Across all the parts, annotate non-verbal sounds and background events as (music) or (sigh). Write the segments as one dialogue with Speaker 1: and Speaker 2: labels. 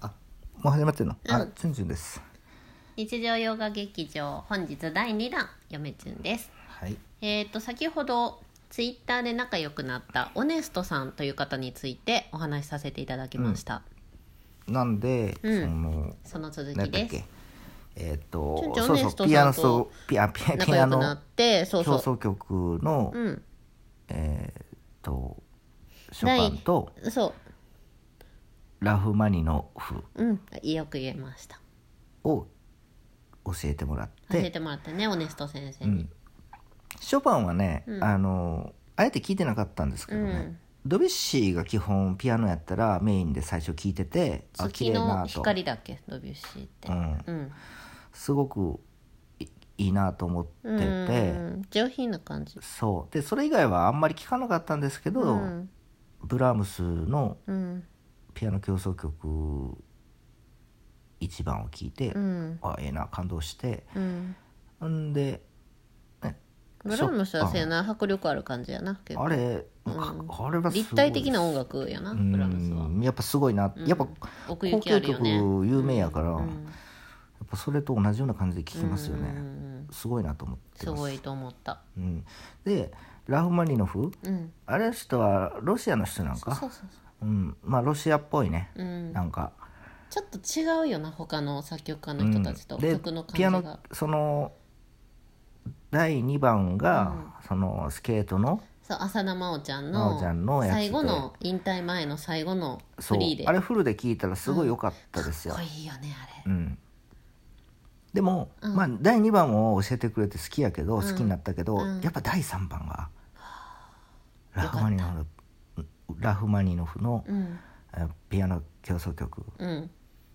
Speaker 1: もう始まってんの、
Speaker 2: う
Speaker 1: あ、
Speaker 2: ん
Speaker 1: チュンチュンです。
Speaker 2: 日常洋画劇場本日第2弾嫁ちゅんです
Speaker 1: はい。
Speaker 2: えっ、と先ほどツイッターで仲良くなったオネストさんという方についてお話しさせていただきました、
Speaker 1: なんで、
Speaker 2: うん
Speaker 1: その、
Speaker 2: その続
Speaker 1: なん
Speaker 2: き
Speaker 1: だっ
Speaker 2: です
Speaker 1: け。えーっ
Speaker 2: チュン
Speaker 1: と、
Speaker 2: チュン
Speaker 1: そう
Speaker 2: オネス
Speaker 1: そう、
Speaker 2: ト
Speaker 1: ピアノ
Speaker 2: さんと
Speaker 1: 奏、ピア、ピア、
Speaker 2: 仲
Speaker 1: ピア
Speaker 2: 良くな
Speaker 1: ノ
Speaker 2: ってそう
Speaker 1: 競
Speaker 2: そう
Speaker 1: 争曲の、
Speaker 2: うん
Speaker 1: えーっと、ショパンと
Speaker 2: そ
Speaker 1: ラフマニノフ
Speaker 2: ううんよく言えました
Speaker 1: を教えてもらっ
Speaker 2: 教え
Speaker 1: て、
Speaker 2: てもらってねオネスト先生
Speaker 1: う
Speaker 2: に
Speaker 1: ん、ショパンはね、
Speaker 2: うん
Speaker 1: あの、あえて聞いてなかったんですけ
Speaker 2: う
Speaker 1: ど
Speaker 2: ん、
Speaker 1: ね、ドビュッシーが基本ピアノやったらメインで最初聞いてて、あ、綺
Speaker 2: 月
Speaker 1: 麗な
Speaker 2: の
Speaker 1: と。
Speaker 2: 光だっけドビュッシーって
Speaker 1: うん。
Speaker 2: うん
Speaker 1: すごくいいいなと思って
Speaker 2: うん、
Speaker 1: て
Speaker 2: 上品な感じ
Speaker 1: そうでそれ以外はあんまり聞かなかったんですけど、
Speaker 2: うん
Speaker 1: ブラームスの
Speaker 2: うん
Speaker 1: ピアノ協奏曲1番を聞いて、
Speaker 2: うん
Speaker 1: あええな感動して
Speaker 2: うん
Speaker 1: んで
Speaker 2: ブラームスはせやな迫力ある感じやな結構
Speaker 1: あれ、
Speaker 2: ん
Speaker 1: かあれはすごい
Speaker 2: 立体的な音楽やな
Speaker 1: う
Speaker 2: ブラームスは
Speaker 1: んやっぱすごいな、
Speaker 2: うん
Speaker 1: やっぱ
Speaker 2: 奥
Speaker 1: 交
Speaker 2: 行きあ
Speaker 1: 響
Speaker 2: るよね
Speaker 1: 曲有名やから、や
Speaker 2: うん
Speaker 1: っぱそれと同じような感じで聴きますよね、
Speaker 2: うんうんうん
Speaker 1: すごいなと思って
Speaker 2: す
Speaker 1: ます
Speaker 2: ごいと思った
Speaker 1: うん、でラフマニノフ
Speaker 2: うん
Speaker 1: あれの人はロシアの人なん
Speaker 2: そう
Speaker 1: か
Speaker 2: そうそ
Speaker 1: う
Speaker 2: う
Speaker 1: ん、まあロシアっぽいね、
Speaker 2: そううん
Speaker 1: なんか、
Speaker 2: ちょっと違うよな他の作曲家の
Speaker 1: う
Speaker 2: 人
Speaker 1: ん
Speaker 2: たちと
Speaker 1: で
Speaker 2: 曲の感じ
Speaker 1: ピア
Speaker 2: が
Speaker 1: ノその第2番が、そのスケートの
Speaker 2: そう浅田真央ちゃん
Speaker 1: 真央
Speaker 2: の
Speaker 1: ちゃんのやつで
Speaker 2: 最後の引退前の最後の
Speaker 1: そ
Speaker 2: フ
Speaker 1: う
Speaker 2: リーで
Speaker 1: あれフルで聴いたらすごい良かったですよ
Speaker 2: かっ、こいいよね
Speaker 1: う
Speaker 2: あれ
Speaker 1: んでも、
Speaker 2: うん
Speaker 1: まあ、第2番を教えてくれて好きやけど、好きになったけど、
Speaker 2: うん
Speaker 1: やっぱ第3番がラ
Speaker 2: よ
Speaker 1: フ
Speaker 2: か
Speaker 1: マ
Speaker 2: っ
Speaker 1: ニノフラフマニノフの、
Speaker 2: うん
Speaker 1: えピアノ協奏曲
Speaker 2: うん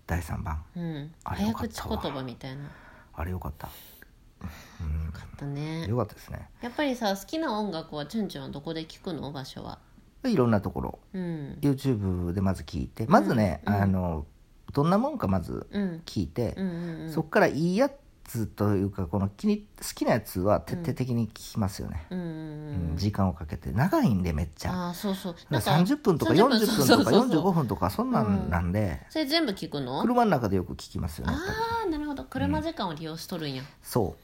Speaker 1: 第3番
Speaker 2: うん
Speaker 1: あれよ
Speaker 2: 早
Speaker 1: かった
Speaker 2: 口
Speaker 1: わ
Speaker 2: 言葉みたいなよ
Speaker 1: あれ良かった
Speaker 2: かったね
Speaker 1: 良かったですね
Speaker 2: やっぱりさ好きな音楽はチュンチュンはどこで聞くの場所は
Speaker 1: でいろんなところ
Speaker 2: うん
Speaker 1: YouTube でまず聞いてまずね、あのどんなもんかまず
Speaker 2: うん
Speaker 1: 聞いて
Speaker 2: う、んうんうん
Speaker 1: そっからいいやつというかこの気に好きなやつは徹底的に聞きますよね、
Speaker 2: うんうんう
Speaker 1: うんん時間をかけて長いんでめっちゃ
Speaker 2: ああそうそう
Speaker 1: だから30分とか40分
Speaker 2: そ
Speaker 1: とか
Speaker 2: うそうそうそう
Speaker 1: 45分とかそんなんなんで、
Speaker 2: それ全部聞くの
Speaker 1: 車の中でよく聞きますよねやっぱり
Speaker 2: ああなるほど車時間を利用しとるんや、
Speaker 1: そ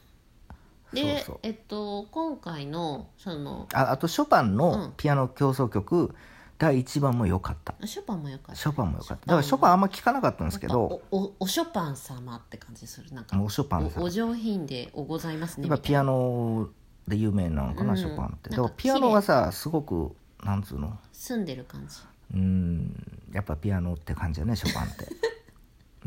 Speaker 1: う
Speaker 2: で
Speaker 1: そうそう
Speaker 2: えっと今回のその
Speaker 1: ああとショパン
Speaker 2: うん
Speaker 1: のピアノ協奏曲、第1番も良かった
Speaker 2: ショパンもよかった
Speaker 1: ショパンも良かっただからショパンあんま聞かなかったんですけど
Speaker 2: おおおショパン様って感じするなんか
Speaker 1: もうショパンさん
Speaker 2: おお上品でおございますね
Speaker 1: やっぱ
Speaker 2: みたい
Speaker 1: ピアノで有名なのかな、
Speaker 2: うん
Speaker 1: ショパンって
Speaker 2: な
Speaker 1: だ
Speaker 2: んか
Speaker 1: からピアノはさすごくなんつうの
Speaker 2: な住んでる感じ
Speaker 1: うんやっぱピアノって感じだねショパンって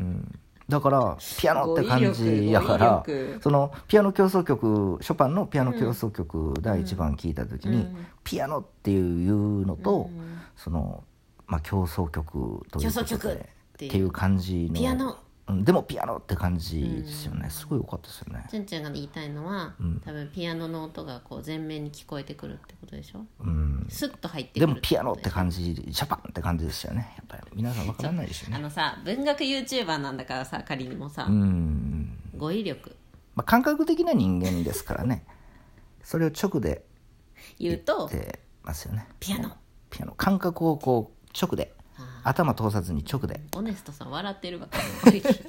Speaker 2: (laughs)
Speaker 1: うんだからピアノって感じやから
Speaker 2: 語彙力語彙力
Speaker 1: そのピアノ協奏曲ショパンのピアノ協奏曲第1番聴いた時に、
Speaker 2: うん
Speaker 1: ピアノっていうのと、
Speaker 2: うん
Speaker 1: その、まあ、協奏曲ということで
Speaker 2: 協奏曲っていう
Speaker 1: っていう感じの
Speaker 2: ピアノ
Speaker 1: うんでもピアノって感じですよね、すごい良かったですよね
Speaker 2: ちゅんちゃんが言いたいのは、
Speaker 1: うん
Speaker 2: 多分ピアノの音がこう前面に聞こえてくるってことでしょ
Speaker 1: うん
Speaker 2: スッと入ってくる
Speaker 1: でもピアノ
Speaker 2: こ
Speaker 1: って
Speaker 2: とでしょ
Speaker 1: 感じシャパンって感じでしたよねやっぱり皆さんわからないですよ
Speaker 2: あ
Speaker 1: ね
Speaker 2: のさ文学 YouTuber なんだからさ仮にもさ、
Speaker 1: うん、
Speaker 2: 語彙力
Speaker 1: まあ、感覚的な人間ですからねそれを直で
Speaker 2: 言うと
Speaker 1: 出ますよね
Speaker 2: ピアノ
Speaker 1: ピアノ感覚をこう直で
Speaker 2: あ
Speaker 1: 頭通さずに直で
Speaker 2: オネストさん笑ってるわけ
Speaker 1: (laughs)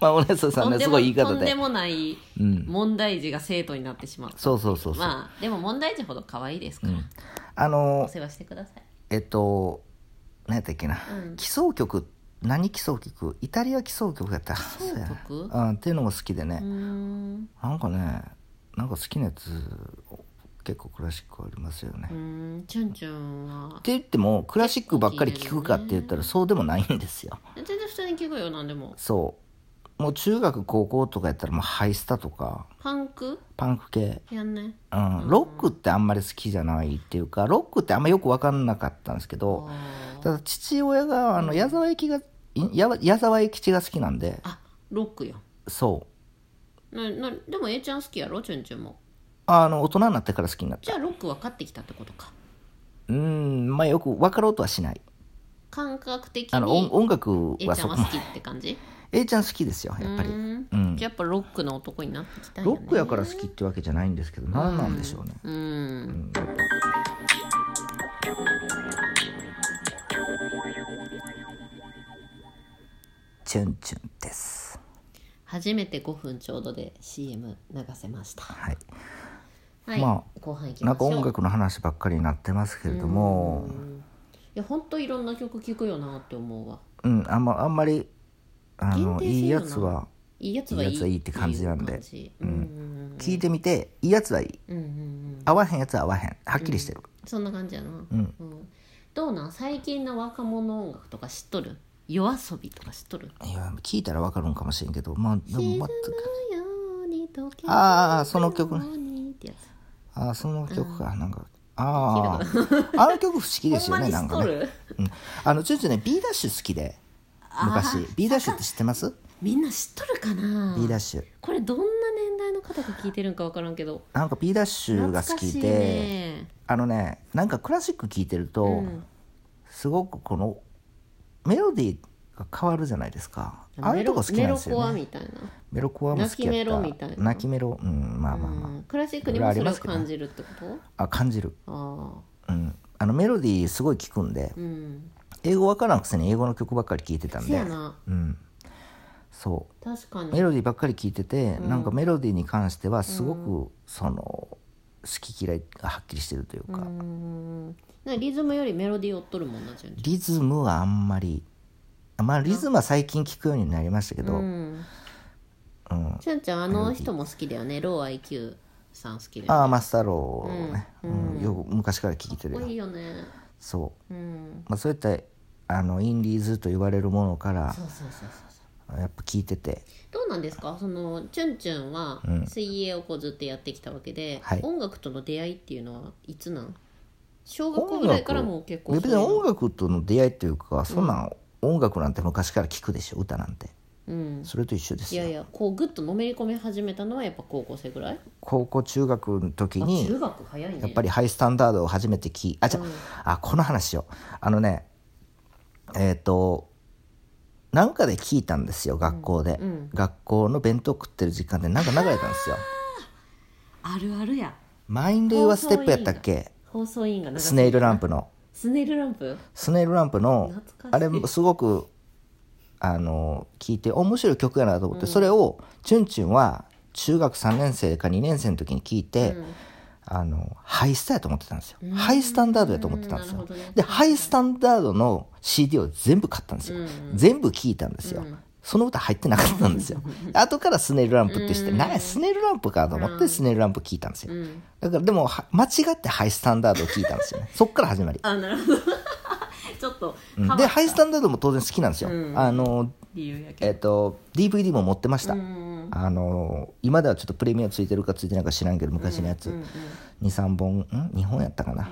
Speaker 1: まあお姉さん
Speaker 2: とん
Speaker 1: ね
Speaker 2: ですも
Speaker 1: ごい言い
Speaker 2: と
Speaker 1: 方
Speaker 2: んで
Speaker 1: で
Speaker 2: もない
Speaker 1: うん
Speaker 2: 問題児が生徒になってしまう
Speaker 1: そうそうそうそう、
Speaker 2: まあでも問題児ほど可愛いですから、
Speaker 1: あ
Speaker 2: お
Speaker 1: の
Speaker 2: 世話してください
Speaker 1: えっと何やったっけな、
Speaker 2: うん
Speaker 1: 奇想曲何奇想曲イタリア奇想曲やった
Speaker 2: 想曲
Speaker 1: そうやなうん、っていうのも好きでね、
Speaker 2: うーん
Speaker 1: なんかねなんか好きなやつ結構クラシックありますよね、
Speaker 2: う
Speaker 1: っ
Speaker 2: ーんチュンチュンは
Speaker 1: て言ってもクラシックばっかり聴くかって言ったらそうでもないんですよ
Speaker 2: 全然普通に聞くよなんでも
Speaker 1: そうもう中学高校とかやったらもうハイスタとか
Speaker 2: パンク
Speaker 1: パンク系
Speaker 2: やんね
Speaker 1: うん、ロックってあんまり好きじゃないっていうかロックってあんまよく分かんなかったんですけど
Speaker 2: あー
Speaker 1: ただ父親があの矢沢永吉がいや矢沢永吉が好きなんで
Speaker 2: あロックやん
Speaker 1: そう
Speaker 2: ななでも A ちゃん好きやろチュンチュンも
Speaker 1: あの大人になってから好きになっ
Speaker 2: じ
Speaker 1: た
Speaker 2: ゃあロック分かってきたってことか
Speaker 1: うんまあよく分かろうとはしない
Speaker 2: 感覚的
Speaker 1: あの音
Speaker 2: に
Speaker 1: 音楽
Speaker 2: A ち
Speaker 1: は
Speaker 2: ゃ
Speaker 1: そ
Speaker 2: ん
Speaker 1: こ
Speaker 2: は
Speaker 1: ま
Speaker 2: 好
Speaker 1: で
Speaker 2: きって感じ
Speaker 1: A ちゃん好きですよやっぱり
Speaker 2: うーん
Speaker 1: うん
Speaker 2: やっぱロックの男になってきたいよ
Speaker 1: ロ
Speaker 2: ね
Speaker 1: ックやから好きってわけじゃないんですけど何なんでしょうね
Speaker 2: うん
Speaker 1: 「チュンチュンです
Speaker 2: 初めて5分ちょうどで CM 流せました
Speaker 1: はい
Speaker 2: はい、
Speaker 1: ま
Speaker 2: 後半いき
Speaker 1: な
Speaker 2: まし
Speaker 1: んか
Speaker 2: ょう
Speaker 1: 音楽の話ばっかりになってますけれども
Speaker 2: いや本当いろんな曲聴くよなって思うわ
Speaker 1: うん、あんまあんまりあの
Speaker 2: 限定性
Speaker 1: いい
Speaker 2: よ
Speaker 1: や
Speaker 2: な
Speaker 1: つはい
Speaker 2: いやつはいい
Speaker 1: いいやつはいいって感じなんで
Speaker 2: っていう感じうん
Speaker 1: 聞いてみて、いいやつはいい
Speaker 2: うんうんうん
Speaker 1: 合わへんやつは合わへんはっきりしてる、
Speaker 2: そんな感じやなうん、どうなん最近の若者音楽とか知っとる夜遊びとか知っとる
Speaker 1: いや聞いたらわかるんかもしれんけどまあでも全く
Speaker 2: 沈むように溶ける
Speaker 1: ああその曲ね
Speaker 2: ようにってやつ
Speaker 1: あーその曲か、なんかあああの曲不思議ですよね
Speaker 2: (laughs) ほ
Speaker 1: なんんか
Speaker 2: まに知っ
Speaker 1: ね、
Speaker 2: とる
Speaker 1: うん、あのちょいちょいね B ダッシュ好きで昔 B ダッシュって知ってます
Speaker 2: みんな知っとるかな
Speaker 1: B ダッシュ
Speaker 2: これどんな年代の方が聞いてるんか分からんけど
Speaker 1: なんか B ダッシュ
Speaker 2: 懐
Speaker 1: が
Speaker 2: か
Speaker 1: 好き
Speaker 2: し
Speaker 1: で、
Speaker 2: いね
Speaker 1: あのねなんかクラシック聴いてると、
Speaker 2: うん
Speaker 1: すごくこのメロディーが変わるじゃないですかああいうとこ好き
Speaker 2: メ
Speaker 1: なん
Speaker 2: ロ
Speaker 1: です
Speaker 2: コア
Speaker 1: よね
Speaker 2: みたいな、
Speaker 1: メロコアも好きやった
Speaker 2: 泣きメロみたいな
Speaker 1: 泣きメロうんまあまあまあ、
Speaker 2: うんクラシックにもそれを感じるってこと
Speaker 1: あ感じる
Speaker 2: あ
Speaker 1: うんあのメロディーすごい聞くんで
Speaker 2: あうん
Speaker 1: 英語わからんくせに英語の曲ばっかり聴いてたん
Speaker 2: せ
Speaker 1: で
Speaker 2: やな
Speaker 1: うんそ
Speaker 2: 確か
Speaker 1: うメ
Speaker 2: に
Speaker 1: ロディーばっかり聴いてて、なんかメロディーに関してはすごく、その好き嫌いがはっきりしてるというか、
Speaker 2: うんなんかリズムよりメロディーを追っとるもんな順
Speaker 1: リズムはあんまりまあリズムは最近聞くようになりましたけど、
Speaker 2: うん
Speaker 1: うん
Speaker 2: ちゃんちゃんあの人も好きだよねロー IQ さん好きだよ
Speaker 1: ああマスタローね、うんよく昔から聞いてる
Speaker 2: かっこいい
Speaker 1: よ
Speaker 2: よね
Speaker 1: そ
Speaker 2: うん
Speaker 1: う、まあ、そういったあのインディーズと言われるものから
Speaker 2: そうそうそうそうそう
Speaker 1: やっぱ聞いてて
Speaker 2: どうなんですかそのチュンチュンは水泳をこうずっとやってきたわけで、
Speaker 1: はい
Speaker 2: 音楽との出会いっていうのはいつなん小学校ぐらいからもう結構
Speaker 1: 別に音楽との出会いというかそんなん音楽なんて昔から聞くでしょ歌なんて
Speaker 2: うん
Speaker 1: それと一緒です
Speaker 2: いや
Speaker 1: よ
Speaker 2: いやこうグッとのめり込み始めたのはやっぱ高校生ぐらい
Speaker 1: 高校中学の時
Speaker 2: あ
Speaker 1: に
Speaker 2: 中学早いね
Speaker 1: やっぱりハイスタンダードを初めて聞いあじゃ、あこの話をあのねえっ、となんかで聞いたんですよ学校で、
Speaker 2: うん
Speaker 1: 学校の弁当食ってる時間でなんか流れたんですよ
Speaker 2: あるあるや
Speaker 1: マインドユアステップやったっけ
Speaker 2: 放送委員が流
Speaker 1: スネイルランプの
Speaker 2: スネイルランプ
Speaker 1: スネイルランプの
Speaker 2: 懐か
Speaker 1: あ
Speaker 2: しい
Speaker 1: れすごくあの聞いて面白い曲やなと思って、それをチュンチュンは中学3年生か2年生の時に聞いて、あのハイスタやと思ってたんですよ、ハイスタンダードやと思ってたんですよ、
Speaker 2: うんなるほどね
Speaker 1: でハイスタンダードの CD を全部買ったんですよ、全部聞いたんですよ、その歌入ってなかったんですよ後からスネイルランプってして、なスネイルランプかと思ってスネイルランプ聞いたんですよ、だからでもは間違ってハイスタンダードを聞いたんで
Speaker 2: (laughs)
Speaker 1: すよねそっから始まり
Speaker 2: あなるほど (laughs) ちょっと
Speaker 1: うん
Speaker 2: 変わ
Speaker 1: で
Speaker 2: っ
Speaker 1: ハイスタンダードも当然好きなんですよ、あの
Speaker 2: 理由やけ
Speaker 1: えっ、と DVD も持ってました、
Speaker 2: どうん
Speaker 1: あの今ではちょっとプレミアついてるかついてないか知らんけど昔のやつ、
Speaker 2: うん
Speaker 1: 23本ん2本やったかな、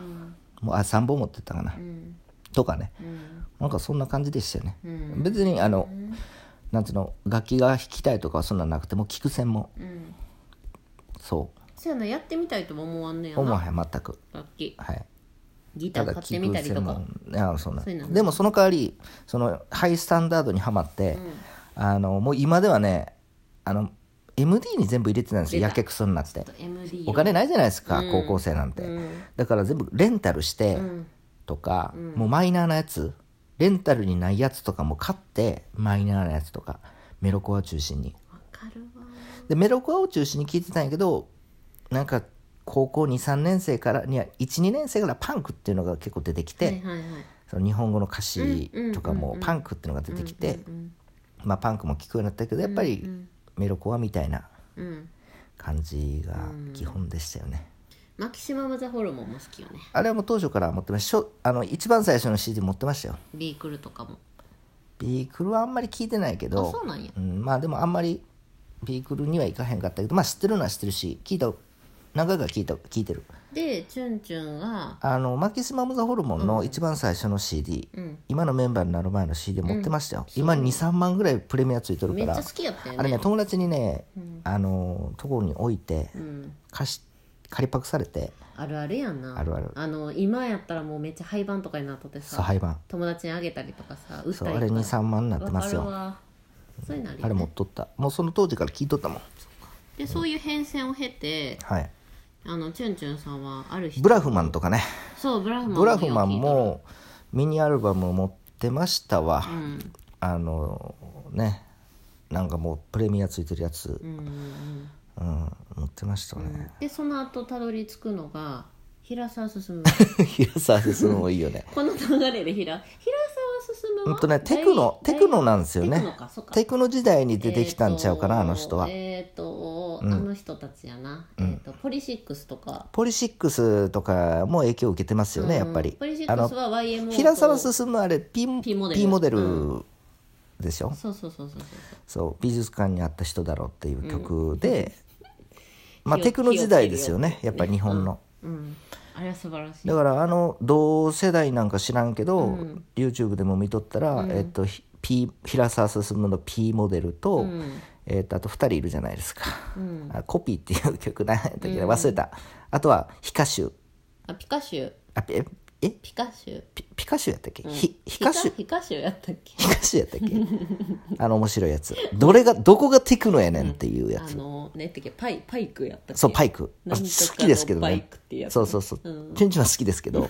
Speaker 1: もうあ3本持ってったかな、
Speaker 2: ん
Speaker 1: とかね
Speaker 2: うん
Speaker 1: なんかそんな感じでしたよね、
Speaker 2: うん
Speaker 1: 別にあの、なんつうの楽器が弾きたいとかはそんなんなくてもう聞く専門
Speaker 2: うん
Speaker 1: そ
Speaker 2: そうやなやってみたいとも思わんねや
Speaker 1: う思わ
Speaker 2: な
Speaker 1: へん全く
Speaker 2: 楽器
Speaker 1: はい
Speaker 2: ギター買ってみたりとか
Speaker 1: いやそんな
Speaker 2: そういうの
Speaker 1: でもその代わりそのハイスタンダードにはまって、あのもう今ではねあの MD に全部入れてたんですよ
Speaker 2: 出た
Speaker 1: やけくそになって
Speaker 2: ちょっと MD
Speaker 1: お金ないじゃないですか、
Speaker 2: うん
Speaker 1: 高校生なんて、
Speaker 2: うん
Speaker 1: だから全部レンタルして
Speaker 2: うん
Speaker 1: とか、もうマイナーなやつレンタルにないやつとかも買ってマイナーなやつとかメロコア中心に
Speaker 2: わかるわ
Speaker 1: でメロコアを中心に聞いてたんやけどなんか高校23年生からには12年生からパンクっていうのが結構出てきて、
Speaker 2: はいはいはい
Speaker 1: その日本語の歌詞とかもパンクっていうのが出てきて、まあ、パンクも聞くようになったけどやっぱりメロコアみたいな
Speaker 2: うん
Speaker 1: 感じが基本でしたよね、
Speaker 2: マキシマム・ザ・ホルモンも好きよね
Speaker 1: あれはもう当初から持ってましたしょあの一番最初の CD 持ってましたよ
Speaker 2: ビークルとかも
Speaker 1: ビークルはあんまり聞いてないけ
Speaker 2: あ
Speaker 1: ど
Speaker 2: そうなんや
Speaker 1: うんまあでもあんまりビークルには行かへんかったけどまあ知ってるのは知ってるし聞いた何回か聞いた聞いてる
Speaker 2: でチュンチュンが
Speaker 1: あのマキシマム・ザ・ホルモンの一番最初の CD、
Speaker 2: うん
Speaker 1: 今のメンバーになる前の CD 持ってましたよ、今23万ぐらいプレミアついてる
Speaker 2: め
Speaker 1: か
Speaker 2: っち
Speaker 1: ら
Speaker 2: ゃ好きやったよ
Speaker 1: あれ
Speaker 2: ね
Speaker 1: ね友達にね、あのところに置いて
Speaker 2: うん
Speaker 1: 貸し借りパクされて
Speaker 2: あるあるやんな
Speaker 1: あるある
Speaker 2: の今やったらもうめっちゃ廃盤とかになっとって
Speaker 1: そう
Speaker 2: さ
Speaker 1: 廃盤
Speaker 2: 友達にあげたりとかさ売っ
Speaker 1: そうあ
Speaker 2: たり
Speaker 1: れ
Speaker 2: とか
Speaker 1: 23万になってます
Speaker 2: わ
Speaker 1: よ
Speaker 2: かるわそういうのある
Speaker 1: あ
Speaker 2: よ
Speaker 1: れ持っとったもうその当時から聞いとったもん
Speaker 2: でそういう変遷を経て
Speaker 1: はい
Speaker 2: あのチュンチュンさんはある日
Speaker 1: ブラフマンとかね
Speaker 2: そうブラフマン
Speaker 1: ブラフマン
Speaker 2: よ
Speaker 1: もミニアルバム持ってましたわ、
Speaker 2: く聞いたうん
Speaker 1: あのねなんかもうプレミアついてるやつ、
Speaker 2: うんうんうん
Speaker 1: うん、持ってましたね、
Speaker 2: でその後たどり着くのが平沢進
Speaker 1: (laughs) 平沢進もいいよ
Speaker 2: (laughs)
Speaker 1: ね
Speaker 2: この流れで平平沢進
Speaker 1: ほ
Speaker 2: は
Speaker 1: んとねテクノ
Speaker 2: 大
Speaker 1: テクノなんですよ
Speaker 2: テク
Speaker 1: ね
Speaker 2: ノかそうか
Speaker 1: テクノ時代に出てきたんちゃうかな、
Speaker 2: えー
Speaker 1: あ
Speaker 2: と
Speaker 1: の人は、
Speaker 2: えっ、と、
Speaker 1: うん
Speaker 2: あの人たちやな、えっ、とポリシックスとか
Speaker 1: ポリシックスとかも影響を受けてますよね、
Speaker 2: うん
Speaker 1: やっぱり
Speaker 2: ポリシッ
Speaker 1: あ
Speaker 2: クス
Speaker 1: の
Speaker 2: は YMO と
Speaker 1: 平沢進あれ P,
Speaker 2: P モデル
Speaker 1: P モデ
Speaker 2: う
Speaker 1: ルでしょ、
Speaker 2: そうそうそうそうそう
Speaker 1: そう美術館にあった人だろうっていう曲
Speaker 2: (laughs)
Speaker 1: で、まあ
Speaker 2: 火を
Speaker 1: テクノ時代ですよねやっぱり日本の、
Speaker 2: うんあれは素晴らしい
Speaker 1: だからあの同世代なんか知らんけど、
Speaker 2: うん
Speaker 1: YouTube でも見とったら、えっと、ひ P 平沢進の P モデルと,、
Speaker 2: ん
Speaker 1: えっとあと2人いるじゃないですか、
Speaker 2: うん
Speaker 1: あコピーっていう曲なんやったっけな忘れた、あとはヒカシュ
Speaker 2: あピカシュ
Speaker 1: あええ
Speaker 2: ピカシュ
Speaker 1: ピピカシュやったっけ、ひヒカシュ
Speaker 2: ピカシュやったっけ
Speaker 1: ヒカシュやったっ
Speaker 2: (laughs)
Speaker 1: けあの面白いやつどれがどこがテクノやねんっていうや
Speaker 2: あ
Speaker 1: つ、
Speaker 2: のねってっけパイパイクやったっけ
Speaker 1: そうパイク
Speaker 2: なんとかの
Speaker 1: 好きですけど
Speaker 2: バ
Speaker 1: ね
Speaker 2: イクってやつ
Speaker 1: そうそうそう、チュンチュンは好きですけど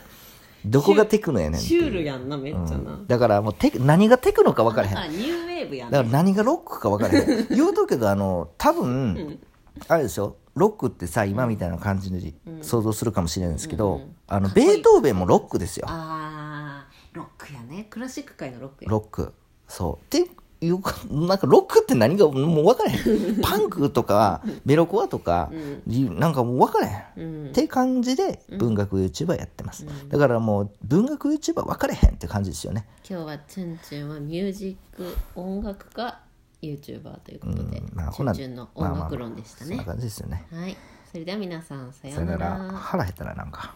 Speaker 1: どこがテクノやねんって
Speaker 2: シ
Speaker 1: いう
Speaker 2: ュールやんなめっちゃな、
Speaker 1: だからもうテク何がテクノか分からへんだ
Speaker 2: あニューウェーブやん
Speaker 1: から何がロックか分からへん (laughs) 言うとくけどあの多分、あれでしょロックってさ今みたいな感じで想像するかもしれないんですけど、あのベートーベンもロックですよ
Speaker 2: あーロックやねクラシック界のロックや
Speaker 1: ロックそうっていうかなんかロックって何がもう分からへ (laughs) んパンクとかメロコアとか、いうなんかもう分からへん、って感じで文学 YouTuber やってます、だからもう文学 YouTuber 分かれへんって感じですよね
Speaker 2: 今日はチュンチュンはミュージック音楽家 YouTuber ということで、
Speaker 1: まあ
Speaker 2: チ
Speaker 1: ほ
Speaker 2: ュ
Speaker 1: な
Speaker 2: ンチュンの音楽論でした
Speaker 1: そん
Speaker 2: ね
Speaker 1: な、感じですよね
Speaker 2: はいそれでは皆さんさよ
Speaker 1: さ
Speaker 2: う
Speaker 1: よな
Speaker 2: な
Speaker 1: ら
Speaker 2: ら
Speaker 1: 腹減ったななんか。